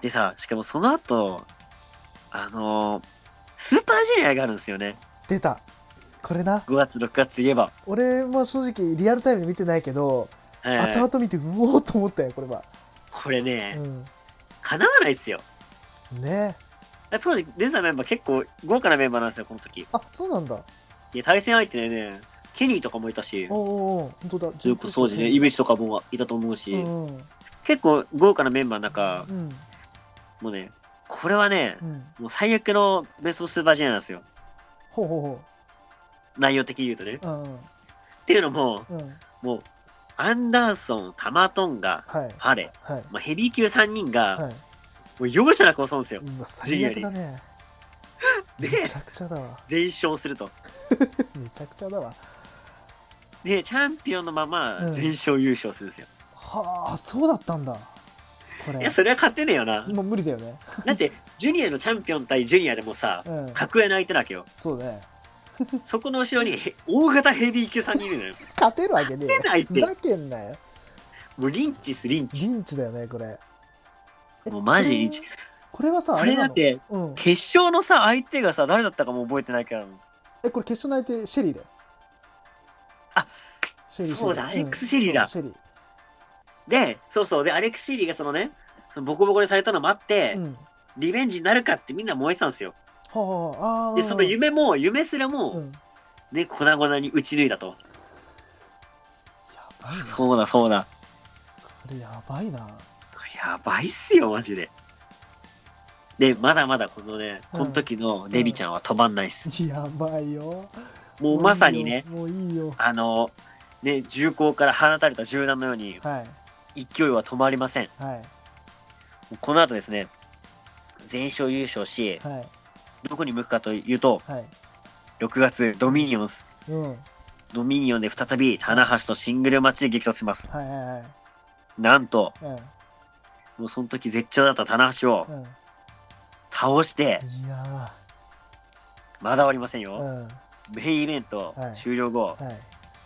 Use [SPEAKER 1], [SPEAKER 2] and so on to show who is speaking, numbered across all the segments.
[SPEAKER 1] でさ、しかもその後、あのースーパージュニアがあるんですよね。
[SPEAKER 2] 出たこれな
[SPEAKER 1] 5月、6月といえば。
[SPEAKER 2] 俺も正直リアルタイムで見てないけど、
[SPEAKER 1] はい
[SPEAKER 2] 後々見てうおーっと思ったよこれは、
[SPEAKER 1] これね、
[SPEAKER 2] う
[SPEAKER 1] 叶わないですよ。
[SPEAKER 2] んね
[SPEAKER 1] 当時出てたメンバー結構豪華なメンバーなんですよ、この時。
[SPEAKER 2] あそうなんだ
[SPEAKER 1] で、対戦相手でね、ケニーとかもいたし
[SPEAKER 2] お、おお本当だ
[SPEAKER 1] それこそ当時ね、イベチとかもいたと思うし、
[SPEAKER 2] うんうん
[SPEAKER 1] 結構豪華なメンバーの中
[SPEAKER 2] う、ん
[SPEAKER 1] もうね、これはね
[SPEAKER 2] う、ん
[SPEAKER 1] もう最悪のベストスーパージュニアなんですよ。
[SPEAKER 2] ほうほうほ
[SPEAKER 1] 内容的に言うとね。っ
[SPEAKER 2] ううん
[SPEAKER 1] ていうのも、
[SPEAKER 2] うんうん
[SPEAKER 1] もう、アンダーソン、タマトンガ、
[SPEAKER 2] はい
[SPEAKER 1] ハレ、
[SPEAKER 2] はい
[SPEAKER 1] まあ、ヘビー級3人が、
[SPEAKER 2] はい
[SPEAKER 1] もう容赦なく襲うんですよ。
[SPEAKER 2] うわ最悪だね
[SPEAKER 1] で
[SPEAKER 2] めちゃくちゃだわ
[SPEAKER 1] 全勝すると。
[SPEAKER 2] めちゃくちゃだわ
[SPEAKER 1] で、チャンピオンのまま
[SPEAKER 2] うん
[SPEAKER 1] 全勝優勝するんですよ。
[SPEAKER 2] はあそうだったんだこ
[SPEAKER 1] い
[SPEAKER 2] れ
[SPEAKER 1] や、それは勝てねえよ な。
[SPEAKER 2] もう無理だよね
[SPEAKER 1] だって、ジュニアのチャンピオン対ジュニアでもさ、
[SPEAKER 2] うん
[SPEAKER 1] 格上の相手なわけよ。
[SPEAKER 2] そうね
[SPEAKER 1] そこの後ろにへ大型ヘビー級3人いるのよ。
[SPEAKER 2] 勝てるわけねえよ
[SPEAKER 1] 勝てないって
[SPEAKER 2] ふざけんなよ
[SPEAKER 1] もうリンチス、リンチ。
[SPEAKER 2] リンチだよねこれえ
[SPEAKER 1] もうマジ
[SPEAKER 2] これ
[SPEAKER 1] リンチ
[SPEAKER 2] これはさ
[SPEAKER 1] こ
[SPEAKER 2] あ
[SPEAKER 1] れ
[SPEAKER 2] れ
[SPEAKER 1] だ
[SPEAKER 2] な
[SPEAKER 1] っ
[SPEAKER 2] の
[SPEAKER 1] て、
[SPEAKER 2] うん
[SPEAKER 1] 決勝のさ、相手がさ、誰だったかも覚えてないから。
[SPEAKER 2] えこれ決勝の相手シェリーだよ
[SPEAKER 1] あ
[SPEAKER 2] シェリー
[SPEAKER 1] そうだ
[SPEAKER 2] ェリー
[SPEAKER 1] アレックスシェリーだ
[SPEAKER 2] そうシェリ
[SPEAKER 1] で、そうそう、で、アレックス・シーリーがそのね、そのボコボコにされたのもあって、
[SPEAKER 2] ーうんは
[SPEAKER 1] リベンジになるかってみんな燃えてたんですよ。
[SPEAKER 2] あはああー
[SPEAKER 1] で、その夢も、夢すらも、
[SPEAKER 2] うんや
[SPEAKER 1] ね、粉々に打ち抜いたと。
[SPEAKER 2] ばいなこ
[SPEAKER 1] そうだ、そうだ。
[SPEAKER 2] れやばいな
[SPEAKER 1] これやばいっすよ、マジで。で、まだまだこのね、この時のデビちゃんは止まんないっす。
[SPEAKER 2] やばいよ
[SPEAKER 1] もうまさにね、
[SPEAKER 2] もういいよもういいよ
[SPEAKER 1] あの、ね、銃口から放たれた銃弾のように、
[SPEAKER 2] はい
[SPEAKER 1] 勢いは止まりません。
[SPEAKER 2] はい
[SPEAKER 1] この後ですね、全勝優勝し、
[SPEAKER 2] はい
[SPEAKER 1] どこに向くかというと、
[SPEAKER 2] はい
[SPEAKER 1] 6月、ドミニオンズ。
[SPEAKER 2] うんはい
[SPEAKER 1] ドミニオンで再び、棚橋とシングルマッチで激突します。
[SPEAKER 2] はいはい
[SPEAKER 1] なんと、
[SPEAKER 2] う
[SPEAKER 1] もうその時絶頂だった棚橋を
[SPEAKER 2] んうん
[SPEAKER 1] 倒して、
[SPEAKER 2] いや
[SPEAKER 1] まだ終わりません
[SPEAKER 2] ー
[SPEAKER 1] よ。
[SPEAKER 2] うん
[SPEAKER 1] メインイベント
[SPEAKER 2] はい
[SPEAKER 1] 終了後、
[SPEAKER 2] はい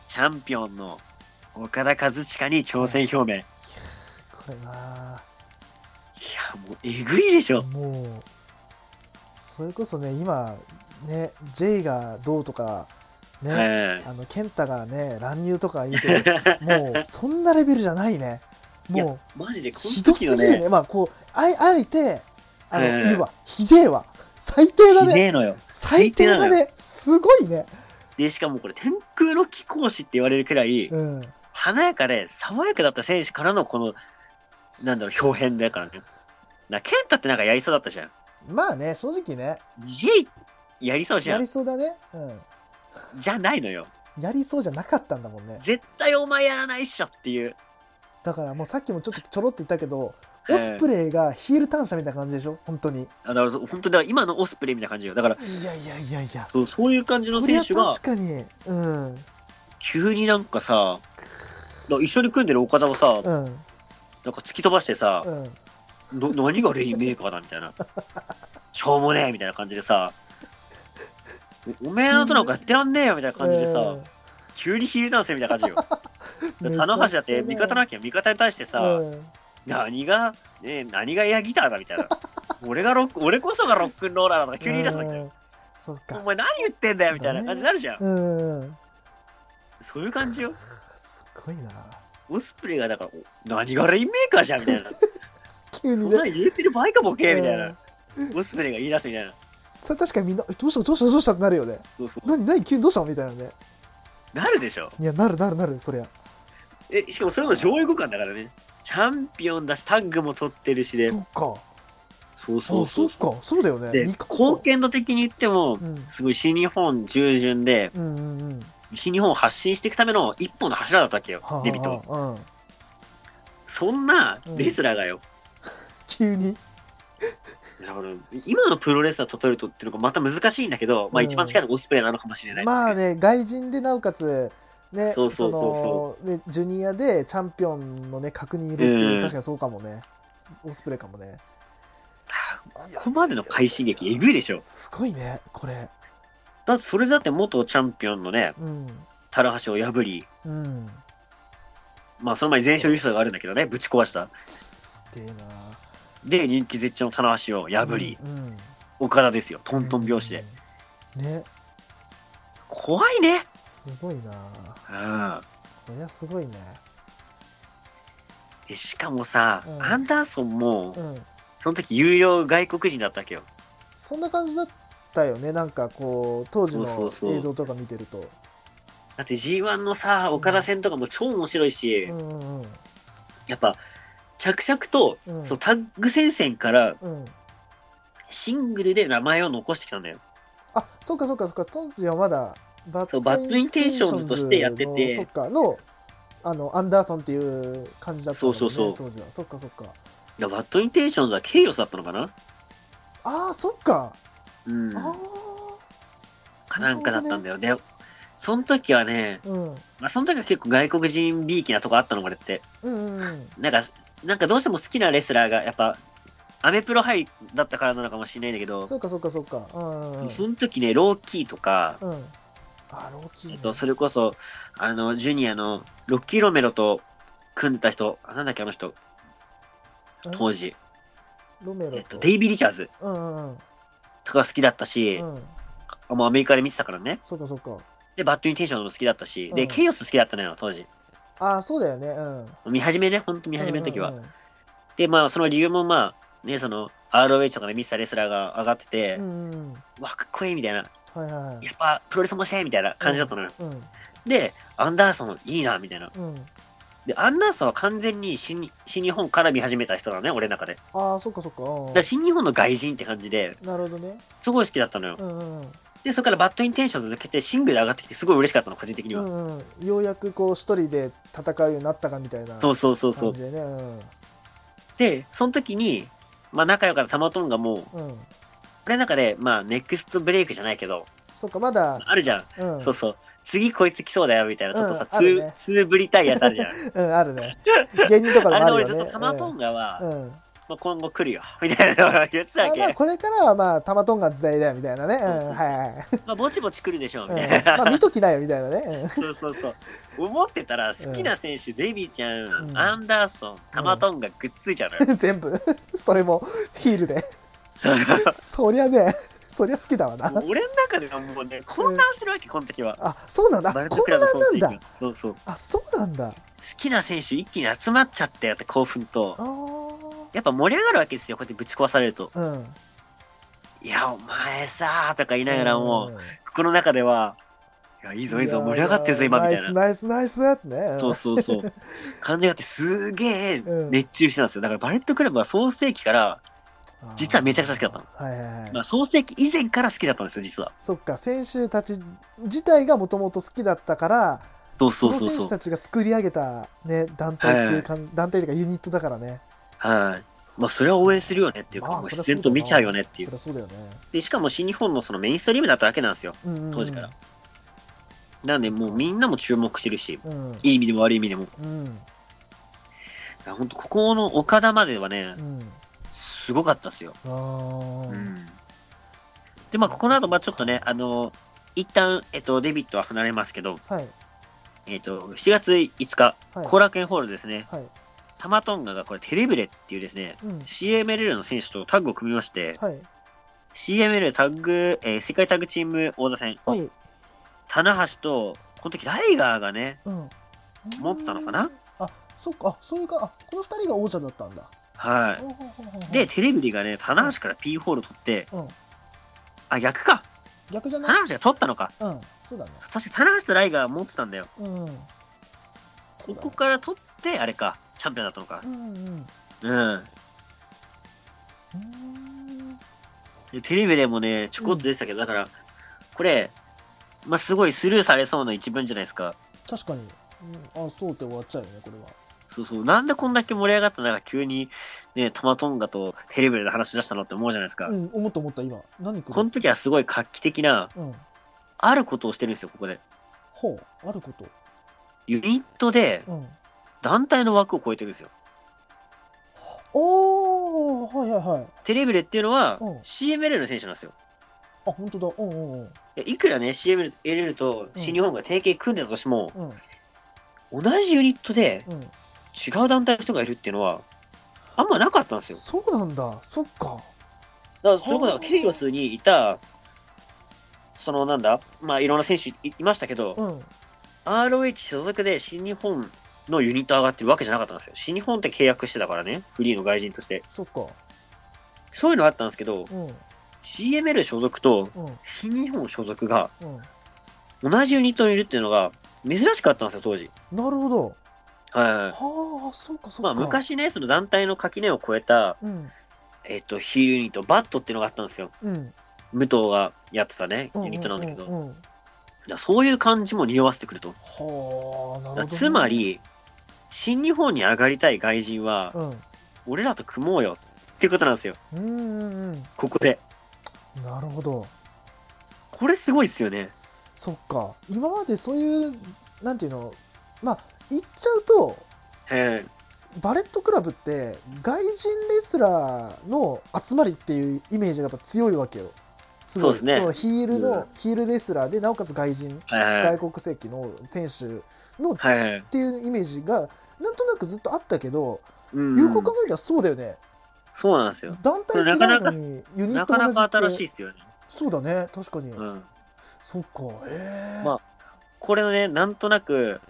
[SPEAKER 1] チャンピオンの岡田和親に挑戦表明。いや、
[SPEAKER 2] これな
[SPEAKER 1] もうえぐいでしょ。
[SPEAKER 2] もうそれこそね今ね J がどうとかね、
[SPEAKER 1] ええ
[SPEAKER 2] あの健太がね乱入とか言うけどもうそんなレベルじゃないね
[SPEAKER 1] いや
[SPEAKER 2] も
[SPEAKER 1] マジでこ
[SPEAKER 2] う
[SPEAKER 1] の
[SPEAKER 2] ひどす
[SPEAKER 1] 時
[SPEAKER 2] ぎ
[SPEAKER 1] の
[SPEAKER 2] る
[SPEAKER 1] ね
[SPEAKER 2] ね、まあこうあいあえてあの、
[SPEAKER 1] ええ
[SPEAKER 2] いいわひでえわ最低だ
[SPEAKER 1] ひで
[SPEAKER 2] ね
[SPEAKER 1] えのよ。
[SPEAKER 2] 最低だ
[SPEAKER 1] 最低なの
[SPEAKER 2] ねすごいね
[SPEAKER 1] で、しかもこれ天空の貴公子って言われるくらい、
[SPEAKER 2] うん
[SPEAKER 1] 華やかで爽やかだった選手からのこの、なんだろう、表変だからね。な、健太ってなんかやりそうだったじゃん。
[SPEAKER 2] まあね正直ね
[SPEAKER 1] J やりそうじ
[SPEAKER 2] や
[SPEAKER 1] ゃん
[SPEAKER 2] り。そうだねう
[SPEAKER 1] じゃないのよ。
[SPEAKER 2] んやりそうじゃなかったんだもんね
[SPEAKER 1] 絶対お前やらないっしょっていう。
[SPEAKER 2] だからもうさっきもちょっとちょろっと言ったけど
[SPEAKER 1] ええ
[SPEAKER 2] オスプレイがヒール単車みたいな感じでしょ本当に
[SPEAKER 1] あだから本当にだから今のオスプレイみたいな感じよ。だから
[SPEAKER 2] いやいやいやいや
[SPEAKER 1] そうそういう感じの選手が
[SPEAKER 2] そりゃ確かにうん
[SPEAKER 1] 急になんかさ、だ一緒に組んでる岡田をさ、
[SPEAKER 2] うん
[SPEAKER 1] なんか突き飛ばしてさ、
[SPEAKER 2] うん
[SPEAKER 1] ど何がレインメーカーだみたいな。しょうもねえみたいな感じでさ、おおめえのとなんかやってらんねえよみたいな感じでさ、
[SPEAKER 2] うん
[SPEAKER 1] 急にヒールダンスみたいな感じよ。
[SPEAKER 2] めちゃくちゃ
[SPEAKER 1] 棚橋だって味方なきゃ味方に対してさ、
[SPEAKER 2] うん
[SPEAKER 1] 何が、ねえ、何がエアギターだみたいな。俺がロッ ク、俺こそがロックンローラーだとか急に言い出すわけだよ。
[SPEAKER 2] うんそっか
[SPEAKER 1] お前何言ってんだよみたいな感じになるじゃん。
[SPEAKER 2] うん
[SPEAKER 1] そういう感じよ。
[SPEAKER 2] すごいな
[SPEAKER 1] オスプレイがだから、お何がレインメーカーじゃんみたいな。
[SPEAKER 2] 急
[SPEAKER 1] そ
[SPEAKER 2] に
[SPEAKER 1] ん
[SPEAKER 2] ね
[SPEAKER 1] なん言うてる場合かボケみたい
[SPEAKER 2] うん
[SPEAKER 1] な。オスプレイが言い出すみたいな。
[SPEAKER 2] それ確かにみんなえどうしたどうしたどうしたってなるよね
[SPEAKER 1] そうそう。
[SPEAKER 2] 何何急にどうしたみたいなね
[SPEAKER 1] なるでしょ。
[SPEAKER 2] いやなるなるなるそりゃ
[SPEAKER 1] え、しかもそれの上位互換だからね。チャンピオンだし、タッグも取ってるしで。
[SPEAKER 2] そっか
[SPEAKER 1] そうそ
[SPEAKER 2] あ
[SPEAKER 1] うそ
[SPEAKER 2] そうっ。かそうだよね
[SPEAKER 1] で、
[SPEAKER 2] 二冠
[SPEAKER 1] 貢献度的に言っても
[SPEAKER 2] う、ん
[SPEAKER 1] すごい新日本従順で、
[SPEAKER 2] うんうんうんは
[SPEAKER 1] 新日本を発信していくための一本の柱だったわけよ
[SPEAKER 2] あはあはあ、
[SPEAKER 1] デビット。
[SPEAKER 2] うん
[SPEAKER 1] そんなレスラーがよ、
[SPEAKER 2] 急に
[SPEAKER 1] だから今のプロレスラーと取るとっていうのがまた難しいんだけど、まあ
[SPEAKER 2] うん
[SPEAKER 1] 一番近いのがオスプレイなのかもしれない。
[SPEAKER 2] まあね外人でなおかつね
[SPEAKER 1] そうそうそう
[SPEAKER 2] そのねジュニアでチャンピオンのね格にいるっていう、
[SPEAKER 1] うん
[SPEAKER 2] 確かにそうかもねオスプレイかもね
[SPEAKER 1] ここまでの快進撃、えぐいでしょ。
[SPEAKER 2] すごいねこれ
[SPEAKER 1] だってそれだって元チャンピオンのね、
[SPEAKER 2] うん
[SPEAKER 1] タラハシを破り、
[SPEAKER 2] うん
[SPEAKER 1] まあその前に全勝優勝があるんだけどね、ぶち壊した。
[SPEAKER 2] すげえな
[SPEAKER 1] で、人気絶頂の棚橋を破り、
[SPEAKER 2] うん
[SPEAKER 1] 岡田ですよ、
[SPEAKER 2] う
[SPEAKER 1] ト
[SPEAKER 2] ん
[SPEAKER 1] ントン拍子で。
[SPEAKER 2] ね
[SPEAKER 1] 怖いね。
[SPEAKER 2] すごいな
[SPEAKER 1] うん。
[SPEAKER 2] こりゃすごいね
[SPEAKER 1] でしかもさ、
[SPEAKER 2] うん
[SPEAKER 1] アンダーソンも
[SPEAKER 2] う、ん
[SPEAKER 1] その時有料外国人だったわけよ。
[SPEAKER 2] そんな感じだったよねなんかこう当時
[SPEAKER 1] そ
[SPEAKER 2] の
[SPEAKER 1] うそうそう
[SPEAKER 2] 映像とか見てると
[SPEAKER 1] だって G1 のさ、岡田戦とかも超面白いし、
[SPEAKER 2] うんうん
[SPEAKER 1] やっぱ、着々と、
[SPEAKER 2] うん
[SPEAKER 1] そのタッグ戦線から
[SPEAKER 2] うん
[SPEAKER 1] シングルで名前を残してきたんだよ。
[SPEAKER 2] あそうかそうかそうか当時はまだバ
[SPEAKER 1] そうバッドインテンションズとしてやってて
[SPEAKER 2] バッドインテンションズのそっかのあのアンダーソンっていう感じだったもんね
[SPEAKER 1] そうそうそう
[SPEAKER 2] 当時はそっかそっか
[SPEAKER 1] いや、バッドインテンションズはケイオスだったのかな
[SPEAKER 2] ああそっか、
[SPEAKER 1] うん。
[SPEAKER 2] あ
[SPEAKER 1] かなんかだったんだよ。で、その時はね、
[SPEAKER 2] あうん
[SPEAKER 1] まあ、その時は結構外国人びいきなとこあったの、これって。
[SPEAKER 2] うんうんうん
[SPEAKER 1] なんか、なんかどうしても好きなレスラーが、やっぱ、アメプロハイだったからなのかもしれないんだけど、
[SPEAKER 2] そうかそうかそうかうんうん
[SPEAKER 1] その時ね、ローキーとか、
[SPEAKER 2] うんうんあローキーね、
[SPEAKER 1] えっと、それこそ、あの、ジュニアのロッキーロメロと組んでた人、あなんだっけ、あの人、
[SPEAKER 2] うん
[SPEAKER 1] 当時、
[SPEAKER 2] ロメロ
[SPEAKER 1] えっと、デイビー・リチャーズ
[SPEAKER 2] うんうん
[SPEAKER 1] とか好きだったし、
[SPEAKER 2] うんうん
[SPEAKER 1] あもうアメリカで見てたからね。
[SPEAKER 2] そうかそうか
[SPEAKER 1] で、バッドインテンションも好きだったし、
[SPEAKER 2] う
[SPEAKER 1] で、
[SPEAKER 2] ん
[SPEAKER 1] ケイオス好きだったのよ、当時。
[SPEAKER 2] ああそうだよねうん
[SPEAKER 1] 見始めね、ほんと見始めの時は。
[SPEAKER 2] うんうん
[SPEAKER 1] で、まあ、その理由もまあ、ね、その、ROH とかで見てたレスラーが上がってて、
[SPEAKER 2] うんうんうん
[SPEAKER 1] わ、かっこいいみたいな、
[SPEAKER 2] はいはいはい
[SPEAKER 1] やっぱプロレス面白いみたいな感じだったのよ。
[SPEAKER 2] うん
[SPEAKER 1] で、アンダーソンいいな、みたいな。
[SPEAKER 2] うん
[SPEAKER 1] で、アンダーソンは完全に新に新日本から見始めた人だね、俺の中で。だか
[SPEAKER 2] ああそっかそっかうん
[SPEAKER 1] ら新日本の外人って感じで、
[SPEAKER 2] なるほどね
[SPEAKER 1] すごい好きだったのよ
[SPEAKER 2] う。んうんうん
[SPEAKER 1] で、それからバッドインテンションズ抜けて、シングルで上がってきて、すごい嬉しかったの、個人的に
[SPEAKER 2] う
[SPEAKER 1] は。
[SPEAKER 2] んうん、ようやくこう一人で戦うようになったかみたいな
[SPEAKER 1] そう
[SPEAKER 2] 感
[SPEAKER 1] そうそうそう
[SPEAKER 2] じ。でねうん
[SPEAKER 1] で、その時に、まあ、仲良かったタマトンがもう、
[SPEAKER 2] うん
[SPEAKER 1] 俺の中で、まあ、ネクストブレイクじゃないけど、
[SPEAKER 2] そうかまだ、
[SPEAKER 1] あるじゃん。
[SPEAKER 2] うん、
[SPEAKER 1] そうそう。次こいつ来そうだよ、みたいな。ちょっとさ、
[SPEAKER 2] うん
[SPEAKER 1] ツ
[SPEAKER 2] あるね
[SPEAKER 1] ー、ツーぶりたいやつある じゃん。
[SPEAKER 2] うんあるね芸人とか
[SPEAKER 1] あ
[SPEAKER 2] でもあ
[SPEAKER 1] れの
[SPEAKER 2] る
[SPEAKER 1] 俺
[SPEAKER 2] よ
[SPEAKER 1] ず
[SPEAKER 2] ね
[SPEAKER 1] っとタマトンガは、
[SPEAKER 2] うんうん
[SPEAKER 1] まあ、今後来るよ、 みたいなのを言ってた
[SPEAKER 2] あ
[SPEAKER 1] わけ。
[SPEAKER 2] まあこれからはまあ玉トンが時代だよみたいなね、うん、
[SPEAKER 1] そうそう
[SPEAKER 2] はいはい、
[SPEAKER 1] まあ、ぼちぼち来るでしょう、
[SPEAKER 2] う
[SPEAKER 1] み
[SPEAKER 2] ん
[SPEAKER 1] たいな。
[SPEAKER 2] まあ見ときなよみたいなね、
[SPEAKER 1] そうそうそう。思ってたら、好きな選手、デビーちゃん、
[SPEAKER 2] うん
[SPEAKER 1] アンダーソン、タマトンがくっついちゃうのよ。
[SPEAKER 2] うん、 全部それもヒールでそりゃねそりゃ好きだわな
[SPEAKER 1] もう俺の中ではもうね、混乱してるわけ、この時は。
[SPEAKER 2] あそうなんだ
[SPEAKER 1] バルト
[SPEAKER 2] こ
[SPEAKER 1] ク
[SPEAKER 2] んな
[SPEAKER 1] ラブ
[SPEAKER 2] んなん
[SPEAKER 1] 総選挙
[SPEAKER 2] だ
[SPEAKER 1] そうそう。好
[SPEAKER 2] あそうなんだ
[SPEAKER 1] きな選手、一気に集まっちゃったよって興奮と
[SPEAKER 2] あ。ー
[SPEAKER 1] やっぱ盛り上がるわけですよ、こうやってぶち壊されると。
[SPEAKER 2] うん
[SPEAKER 1] いや、お前さーとか言いながらも、
[SPEAKER 2] うん
[SPEAKER 1] この中では、いや、いいぞいいぞ、盛り上がってるぞ、今、みたいな。
[SPEAKER 2] ナイスナイスナイスってね
[SPEAKER 1] そうそう そう。感じがあって、すげえ
[SPEAKER 2] うん
[SPEAKER 1] 熱中してたんですよ。だから、バレットクラブは創世期から、実はめちゃくちゃ好きだったの
[SPEAKER 2] たはいはいはい、
[SPEAKER 1] まあ、創世紀以前から好きだったんですよ、実は。
[SPEAKER 2] そっか選手たち自体がもともと好きだったから
[SPEAKER 1] そうそうそう
[SPEAKER 2] の選
[SPEAKER 1] そう。
[SPEAKER 2] 手たちが作り上げた、ね、団体っていう感じ、団体というかユニットだからね
[SPEAKER 1] はい。まあ、それは応援するよねっていうか、
[SPEAKER 2] まあ
[SPEAKER 1] もう
[SPEAKER 2] そり
[SPEAKER 1] 自
[SPEAKER 2] ゃそう
[SPEAKER 1] 然
[SPEAKER 2] だよな
[SPEAKER 1] と見ちゃうよねってい
[SPEAKER 2] そうり。ゃそうだよね、
[SPEAKER 1] で、しかも新日本のそのメインストリームだったわけなんですよ。
[SPEAKER 2] うんうんうん
[SPEAKER 1] 当時からなんで、も
[SPEAKER 2] そう
[SPEAKER 1] う
[SPEAKER 2] か
[SPEAKER 1] みんなも注目してるし、
[SPEAKER 2] うん
[SPEAKER 1] いい意味でも悪い意味でも。
[SPEAKER 2] うん
[SPEAKER 1] 本当ここの岡田まではね
[SPEAKER 2] う、ん
[SPEAKER 1] すごかったですよ。
[SPEAKER 2] あー
[SPEAKER 1] うん。で、まあ、ここの後、まあ、ちょっとね、あの、一旦、えっと、デビットは離れますけど、
[SPEAKER 2] はい
[SPEAKER 1] えっと、7月5日、
[SPEAKER 2] はい
[SPEAKER 1] 後楽園ホールですね、
[SPEAKER 2] はい
[SPEAKER 1] タマトンガがこれテレブレっていうですね、
[SPEAKER 2] うん
[SPEAKER 1] CMLL の選手とタッグを組みまして、
[SPEAKER 2] はい
[SPEAKER 1] CML タッグ、えー世界タッグチーム王座戦、
[SPEAKER 2] はい
[SPEAKER 1] 棚橋と、この時ライガーがね、
[SPEAKER 2] うん
[SPEAKER 1] 持ってたのかな
[SPEAKER 2] あそっかあそういうかあこの二人が王者だったんだ
[SPEAKER 1] は
[SPEAKER 2] ほうほうほうほうほう
[SPEAKER 1] い。で、テレブレがね、棚橋から P ホール取って、
[SPEAKER 2] うん
[SPEAKER 1] あ、逆か。
[SPEAKER 2] 逆じゃない
[SPEAKER 1] 棚橋が取ったのか。
[SPEAKER 2] うんそうだね
[SPEAKER 1] 確か棚橋とライガー持ってたんだよ。
[SPEAKER 2] うん
[SPEAKER 1] ここから取って、あれか、チャンピオンだったのか
[SPEAKER 2] う。んうん
[SPEAKER 1] うん。
[SPEAKER 2] うん
[SPEAKER 1] でテレビでもね、ちょこっと出てたけど、だから、これ、まあ、すごいスルーされそうな一文じゃないですか。
[SPEAKER 2] 確かに、うん、あそうって終わっちゃうよねこれは
[SPEAKER 1] そうそう。なんでこんだけ盛り上がった中、急に、ね、トマトンガとテレビで話し出したのって思うじゃないですか。
[SPEAKER 2] うん思った思った今何こ
[SPEAKER 1] こ
[SPEAKER 2] れ
[SPEAKER 1] の時はすごい画期的な、
[SPEAKER 2] うん
[SPEAKER 1] あることをしてるんですよ、ここで。
[SPEAKER 2] ほうあること
[SPEAKER 1] ユニットで、
[SPEAKER 2] うん
[SPEAKER 1] 団体の枠を超えてるんですよ。
[SPEAKER 2] おーはいはいはい
[SPEAKER 1] テレビレっていうのは
[SPEAKER 2] うん、
[SPEAKER 1] CML の選手なんですよ。
[SPEAKER 2] あ本当だうんうんうん
[SPEAKER 1] いやいくらね、CML と新日本が提携組んでたとしても、
[SPEAKER 2] うん
[SPEAKER 1] 同じユニットで
[SPEAKER 2] うん
[SPEAKER 1] 違う団体の人がいるっていうのは、あんまなかったんですよ。
[SPEAKER 2] そうなんだそっか
[SPEAKER 1] だから、そういうことは、ケイオスにいた、そのなんだ、まあ、いろんな選手いいましたけど、
[SPEAKER 2] うん
[SPEAKER 1] ROH 所属で新日本のユニット上がってるわけじゃなかったんですよ。新日本って契約してたからね、フリーの外人として。
[SPEAKER 2] そっか
[SPEAKER 1] そういうのあったんですけど、
[SPEAKER 2] うん
[SPEAKER 1] CML 所属と
[SPEAKER 2] うん
[SPEAKER 1] 新日本所属が
[SPEAKER 2] うん
[SPEAKER 1] 同じユニットにいるっていうのが珍しかったんですよ、当時。
[SPEAKER 2] なるほど
[SPEAKER 1] はいはいはい。
[SPEAKER 2] はあそうかそっ
[SPEAKER 1] まあ、
[SPEAKER 2] か、
[SPEAKER 1] 昔ね、その団体の垣根を越えた、
[SPEAKER 2] うん
[SPEAKER 1] えっと、ヒールユニット、バットっていうのがあったんですよ。
[SPEAKER 2] うん
[SPEAKER 1] 武藤がやってたね、
[SPEAKER 2] うん
[SPEAKER 1] ユニットなんだけど。
[SPEAKER 2] うんうんうん
[SPEAKER 1] いやそういう感じも匂わせてくると。だか
[SPEAKER 2] はあなるほど
[SPEAKER 1] ら
[SPEAKER 2] ね、
[SPEAKER 1] つまり、新日本に上がりたい外人は、
[SPEAKER 2] うん
[SPEAKER 1] 俺らと組もうよっていうことなんですよ。
[SPEAKER 2] うんうん
[SPEAKER 1] ここで。
[SPEAKER 2] うんなるほど
[SPEAKER 1] これすごいっすよね。
[SPEAKER 2] そっか今までそういうなんていうのまあ言っちゃうと
[SPEAKER 1] え
[SPEAKER 2] バレットクラブって外人レスラーの集まりっていうイメージがやっぱ強いわけよすごい
[SPEAKER 1] そうですね
[SPEAKER 2] のヒールの、
[SPEAKER 1] うん
[SPEAKER 2] ヒールレスラーでなおかつ外人
[SPEAKER 1] えはいはい
[SPEAKER 2] 外国籍の選手の、
[SPEAKER 1] はいはい。
[SPEAKER 2] っていうイメージがなんとなくずっとあったけど、
[SPEAKER 1] うん
[SPEAKER 2] 有効考えりゃそうだよね
[SPEAKER 1] そうなんですよ。
[SPEAKER 2] 団体違
[SPEAKER 1] なかな
[SPEAKER 2] う
[SPEAKER 1] か
[SPEAKER 2] のにユニッ
[SPEAKER 1] な
[SPEAKER 2] ト
[SPEAKER 1] か
[SPEAKER 2] 同じ
[SPEAKER 1] な
[SPEAKER 2] って
[SPEAKER 1] か新しいっすよね。
[SPEAKER 2] そうだね確かに、
[SPEAKER 1] うん。
[SPEAKER 2] そっかええ
[SPEAKER 1] まこれをね、なんとなく、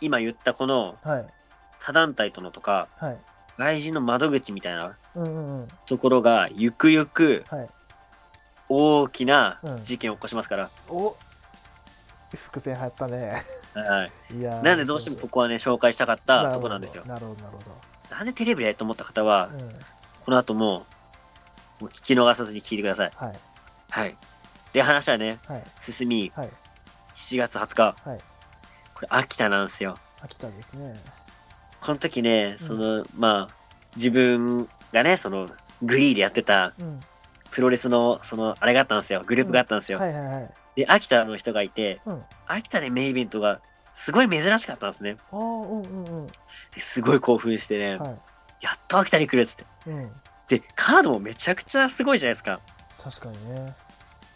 [SPEAKER 1] 今言ったこの
[SPEAKER 2] はい
[SPEAKER 1] 他団体とのとか、
[SPEAKER 2] はい
[SPEAKER 1] 外人の窓口みたいな
[SPEAKER 2] うんうんうん
[SPEAKER 1] ところが、ゆくゆく
[SPEAKER 2] はい
[SPEAKER 1] 大きな事件を起こしますから。
[SPEAKER 2] お伏線入ったね
[SPEAKER 1] はい。
[SPEAKER 2] いやー
[SPEAKER 1] なんでどうしてもここはね、紹介したかったとこなんですよ。
[SPEAKER 2] なるほどなるほど
[SPEAKER 1] なんでテレビでと思った方は
[SPEAKER 2] な、るほど、うん、
[SPEAKER 1] この後も、もう聞き逃さずに聞いてください。
[SPEAKER 2] はい
[SPEAKER 1] はい。で、話はね、
[SPEAKER 2] はい
[SPEAKER 1] 進み、
[SPEAKER 2] はい
[SPEAKER 1] 7月20日、
[SPEAKER 2] はい
[SPEAKER 1] これ、秋田なんですよ。
[SPEAKER 2] 秋田ですね
[SPEAKER 1] この時ね、
[SPEAKER 2] うん
[SPEAKER 1] その、まあ、自分がね、その、グリーでやってた、
[SPEAKER 2] うん
[SPEAKER 1] プロレスの、その、あれがあったんですよ。グループがあったんですよ。
[SPEAKER 2] はいはいはい
[SPEAKER 1] で、秋田の人がいて、
[SPEAKER 2] うんあ
[SPEAKER 1] 秋田でメインイベントが、すごい珍しかったんですね。
[SPEAKER 2] あうんうんうん
[SPEAKER 1] ですごい興奮してね、
[SPEAKER 2] は
[SPEAKER 1] やっと秋田に来るっつって。
[SPEAKER 2] いうん
[SPEAKER 1] で、カードもめちゃくちゃすごいじゃないですか。
[SPEAKER 2] 確かにね
[SPEAKER 1] だ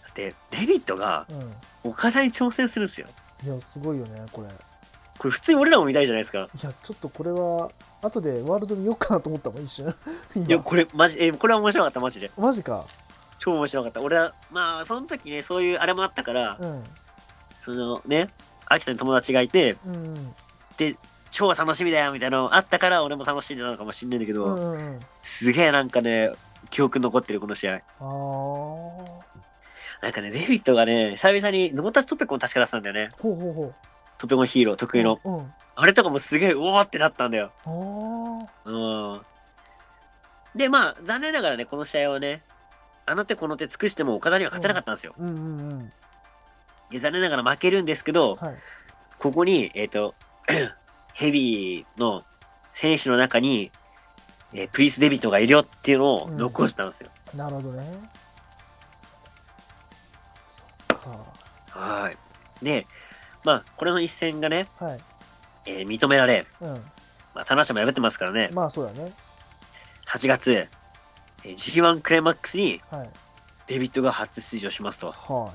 [SPEAKER 1] って、デビットが、
[SPEAKER 2] うん
[SPEAKER 1] 岡田に挑戦するんですよ。
[SPEAKER 2] いやすごいよねこれい
[SPEAKER 1] これ普通に俺らも見たいじゃないですか。
[SPEAKER 2] やちょっとこれは後でワールド見ようかなと思ったもん一瞬今
[SPEAKER 1] いや、これマジ、え、これは面白かった、マジで。
[SPEAKER 2] マジか
[SPEAKER 1] 超面白かった。俺は、まあ、その時ね、そういうあれもあったから、
[SPEAKER 2] うん
[SPEAKER 1] そのね、秋田に友達がいて、
[SPEAKER 2] うんうん
[SPEAKER 1] 超楽しみだよみたいなのあったから、俺も楽しんでたのかもしれないんだけど、
[SPEAKER 2] うんうんうん
[SPEAKER 1] すげえなんかね、記憶に残ってる、この試合。
[SPEAKER 2] あー
[SPEAKER 1] なんかね、デビットがね、久々にノータッチトペコン確か出したんだよね。
[SPEAKER 2] ほうほうほう
[SPEAKER 1] トペコンヒーロー、得意の。
[SPEAKER 2] うんうん
[SPEAKER 1] あれとかもすげえ、うおーってなったんだよ。
[SPEAKER 2] あ
[SPEAKER 1] うん。で、まあ、残念ながらね、この試合はね、あの手この手尽くしても岡田には勝てなかったんですよ。
[SPEAKER 2] ーうんうんうん
[SPEAKER 1] で残念ながら負けるんですけど、
[SPEAKER 2] はい
[SPEAKER 1] ここに、えっ、と、 ヘビーの選手の中に、えープリンス・デビットがいるよっていうのを残したんですよ。
[SPEAKER 2] なるほどねそっか
[SPEAKER 1] はい。で、まあ、これの一戦がね、
[SPEAKER 2] はい
[SPEAKER 1] えー認められ、
[SPEAKER 2] うん
[SPEAKER 1] まあ、田中も破ってますからね、
[SPEAKER 2] まあそうだね。
[SPEAKER 1] 8月、えー G1 クライマックスに
[SPEAKER 2] はい。
[SPEAKER 1] デビットが初出場しますと。
[SPEAKER 2] は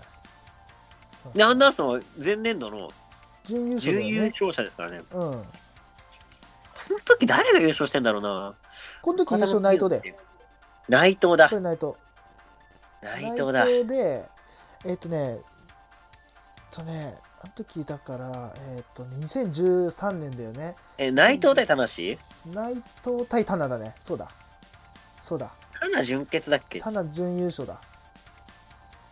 [SPEAKER 2] い。
[SPEAKER 1] で、アンダーソンは前年度の
[SPEAKER 2] 準優勝だ
[SPEAKER 1] 準
[SPEAKER 2] よ
[SPEAKER 1] 優
[SPEAKER 2] ね。
[SPEAKER 1] 勝者ですからね。
[SPEAKER 2] うん。
[SPEAKER 1] この時誰が優勝してんだろうな。
[SPEAKER 2] この時優勝内藤で。。
[SPEAKER 1] 内藤だ
[SPEAKER 2] こ。れ内藤。
[SPEAKER 1] 内藤だ。
[SPEAKER 2] 内藤で、えっとね、えっとね、あの時だから、えっとね、2013年だよね。
[SPEAKER 1] えー、内藤対田無
[SPEAKER 2] 内藤対棚だね。そうだ。そうだ。
[SPEAKER 1] かな純潔だっけ
[SPEAKER 2] 棚準優勝だ。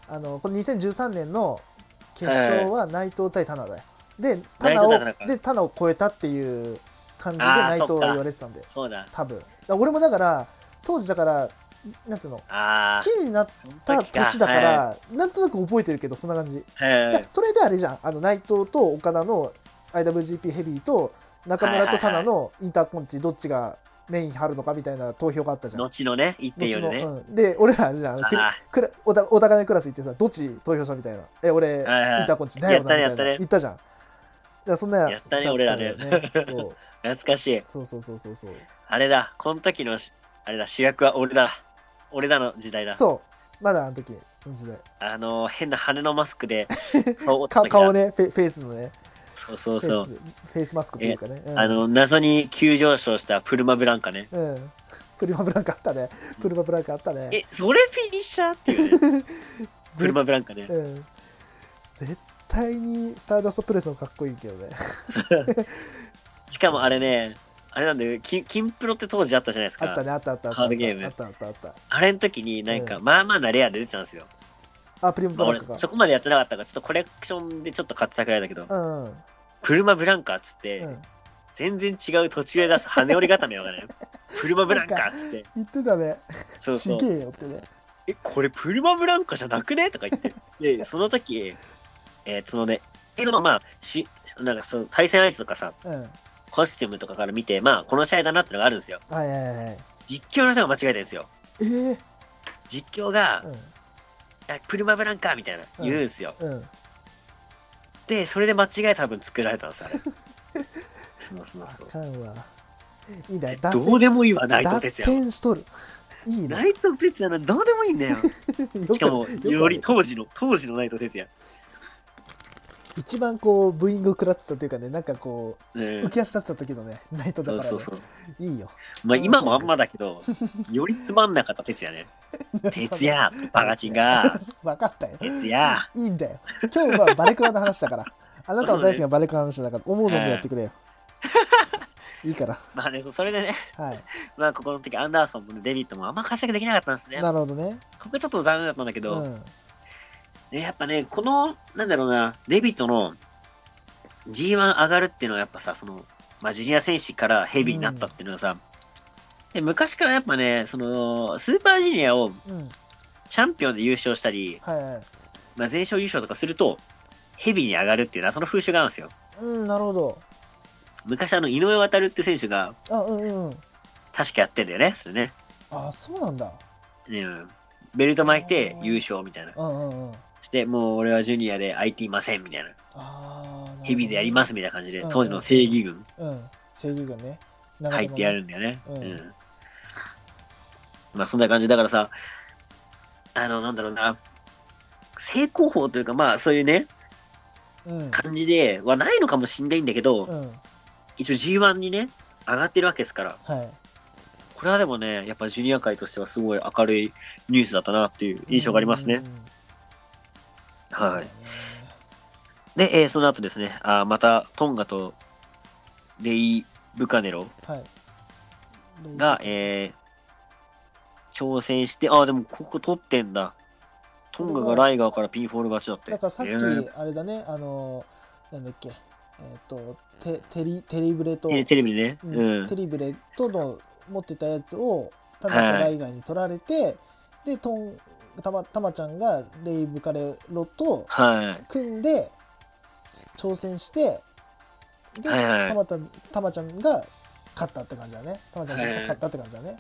[SPEAKER 2] あの、この2013年の決勝は内藤対棚だよ。で、棚
[SPEAKER 1] 内藤
[SPEAKER 2] を
[SPEAKER 1] 対田、中
[SPEAKER 2] で、棚を超えたっていう感じで
[SPEAKER 1] あー
[SPEAKER 2] 内藤
[SPEAKER 1] そっ
[SPEAKER 2] は
[SPEAKER 1] か
[SPEAKER 2] 言われてたんで。
[SPEAKER 1] そうだ。
[SPEAKER 2] 多分だ俺もだから当時だからいなんていうの
[SPEAKER 1] あ
[SPEAKER 2] 好
[SPEAKER 1] あ。
[SPEAKER 2] きになっ
[SPEAKER 1] そ
[SPEAKER 2] た
[SPEAKER 1] の時か
[SPEAKER 2] 年だから、なんとなく覚えてるけどそんな感じ、
[SPEAKER 1] はいはい
[SPEAKER 2] でそれであれじゃんあの内藤と岡田の IWGP ヘビーと中村とタナのインターコンチどっちがメイン張るのかみたいな投票があったじゃん
[SPEAKER 1] 後のね、一点よりね。
[SPEAKER 2] うん、で俺らあれじゃん
[SPEAKER 1] あ
[SPEAKER 2] くらくらおたお互いのクラス行ってさどっち投票したみたいなえ俺イン
[SPEAKER 1] はいはい
[SPEAKER 2] ターコンチだよなみたいな
[SPEAKER 1] やったねやったね
[SPEAKER 2] 言ったじゃんだからそんな
[SPEAKER 1] やったね
[SPEAKER 2] だ
[SPEAKER 1] 俺らね
[SPEAKER 2] だよねそう
[SPEAKER 1] ー懐かしい。
[SPEAKER 2] そうそうそうそうそう
[SPEAKER 1] あれだ、この時のし、あれだ、主役は俺だ。俺だの時代だ。
[SPEAKER 2] そうまだあの時の時代
[SPEAKER 1] あのー、変な羽のマスク で顔を
[SPEAKER 2] か
[SPEAKER 1] 叩きだ
[SPEAKER 2] 顔。ねフェフェイスのね
[SPEAKER 1] そうそう
[SPEAKER 2] フェイス
[SPEAKER 1] そう。
[SPEAKER 2] フェイスマスクっていうかね、うん、
[SPEAKER 1] あの、謎に急上昇したプルマブランカね。
[SPEAKER 2] うん、プリマブランカあったねプリマブランカあったね
[SPEAKER 1] え、それフィニッシャーっていう ね。
[SPEAKER 2] ぜ
[SPEAKER 1] 車ブランカね。
[SPEAKER 2] うん絶対にスターダストプレスのかっこいいけど ね
[SPEAKER 1] しかもあれね、あれなんだよ、金金プロって当時あったじゃないです
[SPEAKER 2] あ
[SPEAKER 1] か。
[SPEAKER 2] ったねあったあったあった
[SPEAKER 1] カードゲーム
[SPEAKER 2] あったあったあった
[SPEAKER 1] あれの時になんか、まあまあなレアで出てたんですよ。
[SPEAKER 2] あプリマ
[SPEAKER 1] まあ、
[SPEAKER 2] ブ
[SPEAKER 1] 俺、
[SPEAKER 2] ランカ
[SPEAKER 1] そこまでやってなかったから、ちょっとコレクションでちょっと買ってたくらいだけど、
[SPEAKER 2] うんうん
[SPEAKER 1] 車ブランカっつって、
[SPEAKER 2] うん
[SPEAKER 1] 全然違う途中で出す羽織り固めよが ね。車ブランカっつって、
[SPEAKER 2] 言ってたね
[SPEAKER 1] そう
[SPEAKER 2] ち
[SPEAKER 1] そう。
[SPEAKER 2] げえよってね
[SPEAKER 1] え、これ車ブランカじゃなくねとか言 って。で、その時、えーそのね、えそのまあ、し、なんかその対戦相手とかさ、
[SPEAKER 2] うん
[SPEAKER 1] コスチュームとかから見て、まあ、この試合だなってのがあるんですよ。
[SPEAKER 2] はいはいはい
[SPEAKER 1] 実況の人が間違えてるんですよ。
[SPEAKER 2] えー
[SPEAKER 1] 実況が
[SPEAKER 2] う、ん
[SPEAKER 1] あ車ブランカーみたいな言うんですよ。
[SPEAKER 2] うん
[SPEAKER 1] で、それで間違え多分作られたんです、あれ。 そうそう
[SPEAKER 2] あ
[SPEAKER 1] そう
[SPEAKER 2] かんわいいね脱
[SPEAKER 1] どう
[SPEAKER 2] 線
[SPEAKER 1] でもいいわ、ナイト
[SPEAKER 2] 脱
[SPEAKER 1] 哲也は。
[SPEAKER 2] 線しとるいい
[SPEAKER 1] ナ
[SPEAKER 2] ね
[SPEAKER 1] イト哲也なんてどうでもいいんだよ。し
[SPEAKER 2] よ
[SPEAKER 1] かも、
[SPEAKER 2] く
[SPEAKER 1] より当時の、当時のナイト哲也。
[SPEAKER 2] 一番こうブーイング食らってたというかねなんかこ
[SPEAKER 1] う
[SPEAKER 2] うん浮。き足立ってた時のねナイトだ
[SPEAKER 1] そう
[SPEAKER 2] から
[SPEAKER 1] そ
[SPEAKER 2] ね
[SPEAKER 1] うそう。
[SPEAKER 2] いいよ
[SPEAKER 1] まあ今もあんまだけど、よりつまんなかった哲 也ね。哲 也、バカチンが、
[SPEAKER 2] 分かったよ
[SPEAKER 1] 哲也。
[SPEAKER 2] いいんだよ今日はバレクラの話だからあなたの大好きなバレクラの話だから思う存分やって くれよいいから
[SPEAKER 1] まあね、それでね、
[SPEAKER 2] はい
[SPEAKER 1] まあここの時アンダーソンもデビットもあんま活躍できなかったんですね。
[SPEAKER 2] なるほどね
[SPEAKER 1] ここちょっと残念だったんだけ
[SPEAKER 2] う
[SPEAKER 1] ど、
[SPEAKER 2] ん
[SPEAKER 1] ねやっぱね、この、なんだろうな、デビットの G1 上がるっていうのはやっぱさ、その、まあジュニア選手からヘビーになったっていうのはさ、で昔からやっぱね、その、スーパージュニアを
[SPEAKER 2] うん
[SPEAKER 1] チャンピオンで優勝したり、
[SPEAKER 2] はいはい
[SPEAKER 1] まあ全勝優勝とかすると、ヘビーに上がるっていう謎の風習があるんですよ。
[SPEAKER 2] うんなるほど
[SPEAKER 1] 昔あの井上渉って選手が
[SPEAKER 2] あうんうん
[SPEAKER 1] 確かやってんだよねそれね、
[SPEAKER 2] あそうなんだ
[SPEAKER 1] うん、ベルト巻いて優勝みたいな
[SPEAKER 2] うんうんうん
[SPEAKER 1] してもう俺はジュニアで IT いませんみたいな
[SPEAKER 2] ああ
[SPEAKER 1] ヘビーでやりますすみたいな感じで
[SPEAKER 2] うん
[SPEAKER 1] 当時の正義軍
[SPEAKER 2] うん正義軍ね長
[SPEAKER 1] 入
[SPEAKER 2] 友
[SPEAKER 1] っ
[SPEAKER 2] ね
[SPEAKER 1] てやるんだよね
[SPEAKER 2] うん
[SPEAKER 1] うんまあそんな感じだからさあのなんだろうな正攻法というかまあそういうね
[SPEAKER 2] うん
[SPEAKER 1] 感じではないのかもしんないんだけど、
[SPEAKER 2] うん
[SPEAKER 1] 一応 G1 にね上がってるわけですから
[SPEAKER 2] はい
[SPEAKER 1] これはでもねやっぱジュニア界としてはすごい明るいニュースだったなっていう印象がありますね、
[SPEAKER 2] うんうんうんそう
[SPEAKER 1] は
[SPEAKER 2] だ
[SPEAKER 1] い
[SPEAKER 2] ね
[SPEAKER 1] で、えーその後ですね、あーまたトンガとレイ・ブカネロ
[SPEAKER 2] はい
[SPEAKER 1] が、えー挑戦して、あーでもここ取ってんだ。トンガがライガーからピンフォール勝ちだって。
[SPEAKER 2] だからさっき
[SPEAKER 1] えー
[SPEAKER 2] あれだね、あのなんだっけえっ、とテテリテリブレと、
[SPEAKER 1] テレテレビでね。
[SPEAKER 2] うん
[SPEAKER 1] うん
[SPEAKER 2] テ。リブレとの持ってたやつをタマとライガーに取られて、でトンタマタマちゃんがレイブカレロと
[SPEAKER 1] は
[SPEAKER 2] 組んで挑戦してで、
[SPEAKER 1] はいはい
[SPEAKER 2] タマたタマちゃんが勝ったって感じだねタマちゃんが勝ったって感じだね、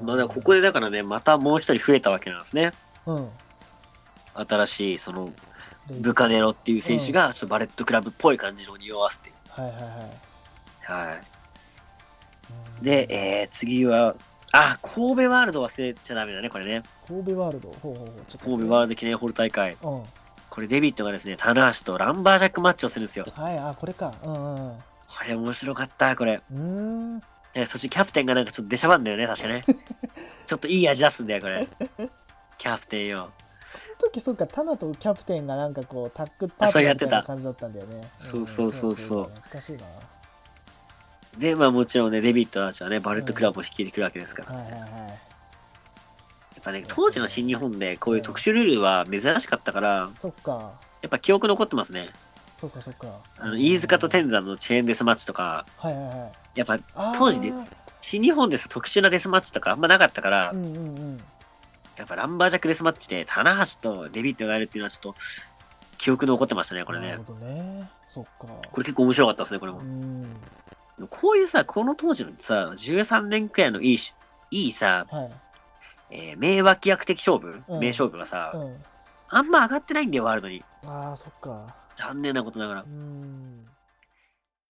[SPEAKER 1] い。まあ、だからここでだからね、またもう一人増えたわけなんですね。
[SPEAKER 2] うん
[SPEAKER 1] 新しい、その、
[SPEAKER 2] レイ
[SPEAKER 1] ブカネロっていう選手が、ちょっとバレットクラブっぽい感じの匂わせて。
[SPEAKER 2] はいはいはい
[SPEAKER 1] は
[SPEAKER 2] うん
[SPEAKER 1] い。で、えー次は、あ、神戸ワールド忘れちゃダメだね、これね。
[SPEAKER 2] 神戸ワールドほうほうほうちょっと
[SPEAKER 1] 神戸ワールド記念ホール大会。
[SPEAKER 2] ドうん
[SPEAKER 1] これデビットがですね、棚橋とランバージャックマッチをするんですよ。こ
[SPEAKER 2] はい、あ、これか。う
[SPEAKER 1] れ面白かった、これ。
[SPEAKER 2] んうんうん。うーん。
[SPEAKER 1] なんかそしてキャプテンがなんかちょっと出しゃばんだよね、確かね。ちょっといい味出すんだよ、これ。キャプテンよ。
[SPEAKER 2] その時そうか、タナとキャプテンがなんかこう、タッグパー
[SPEAKER 1] そ
[SPEAKER 2] ト
[SPEAKER 1] う
[SPEAKER 2] ナ
[SPEAKER 1] や
[SPEAKER 2] ー
[SPEAKER 1] っ
[SPEAKER 2] み
[SPEAKER 1] て
[SPEAKER 2] た
[SPEAKER 1] た
[SPEAKER 2] いな感じだったんだよね。
[SPEAKER 1] そうそうそうそうん
[SPEAKER 2] 懐かしいな。
[SPEAKER 1] で、まあもちろんね、デビットたちはね、バレットクラブを率いてくるわけですから。や
[SPEAKER 2] はいはいはい。
[SPEAKER 1] っぱね、当時の新日本でこういう特殊ルールは珍しかったから、
[SPEAKER 2] そっか。
[SPEAKER 1] やっぱ記憶残ってますね。
[SPEAKER 2] そっかそっか。
[SPEAKER 1] あの、飯塚と
[SPEAKER 2] ン。
[SPEAKER 1] 天山のチェーンデスマッチとか、
[SPEAKER 2] はいはいはい。
[SPEAKER 1] やっぱ
[SPEAKER 2] あー
[SPEAKER 1] 当時ね新日本でさ、特殊なデスマッチとかあんまなかったから
[SPEAKER 2] う、んうんうん。
[SPEAKER 1] やっぱランバージャックデスマッチで、棚橋とデビットがやるっていうのはちょっと、記憶残ってましたね、これ
[SPEAKER 2] な
[SPEAKER 1] ね
[SPEAKER 2] る。ほどね。そっか。
[SPEAKER 1] これ結構面白かったですね、これも
[SPEAKER 2] う。ん。
[SPEAKER 1] こういうさ、この当時のさ、13年くらいのいいし、いいさ、
[SPEAKER 2] はい。
[SPEAKER 1] えー名脇役的勝負、
[SPEAKER 2] うん
[SPEAKER 1] 名勝負がさ、
[SPEAKER 2] うん。
[SPEAKER 1] あんま上がってないんだよ、ワールドに。
[SPEAKER 2] ああ、そっか。
[SPEAKER 1] 残念なことながら
[SPEAKER 2] う。ん。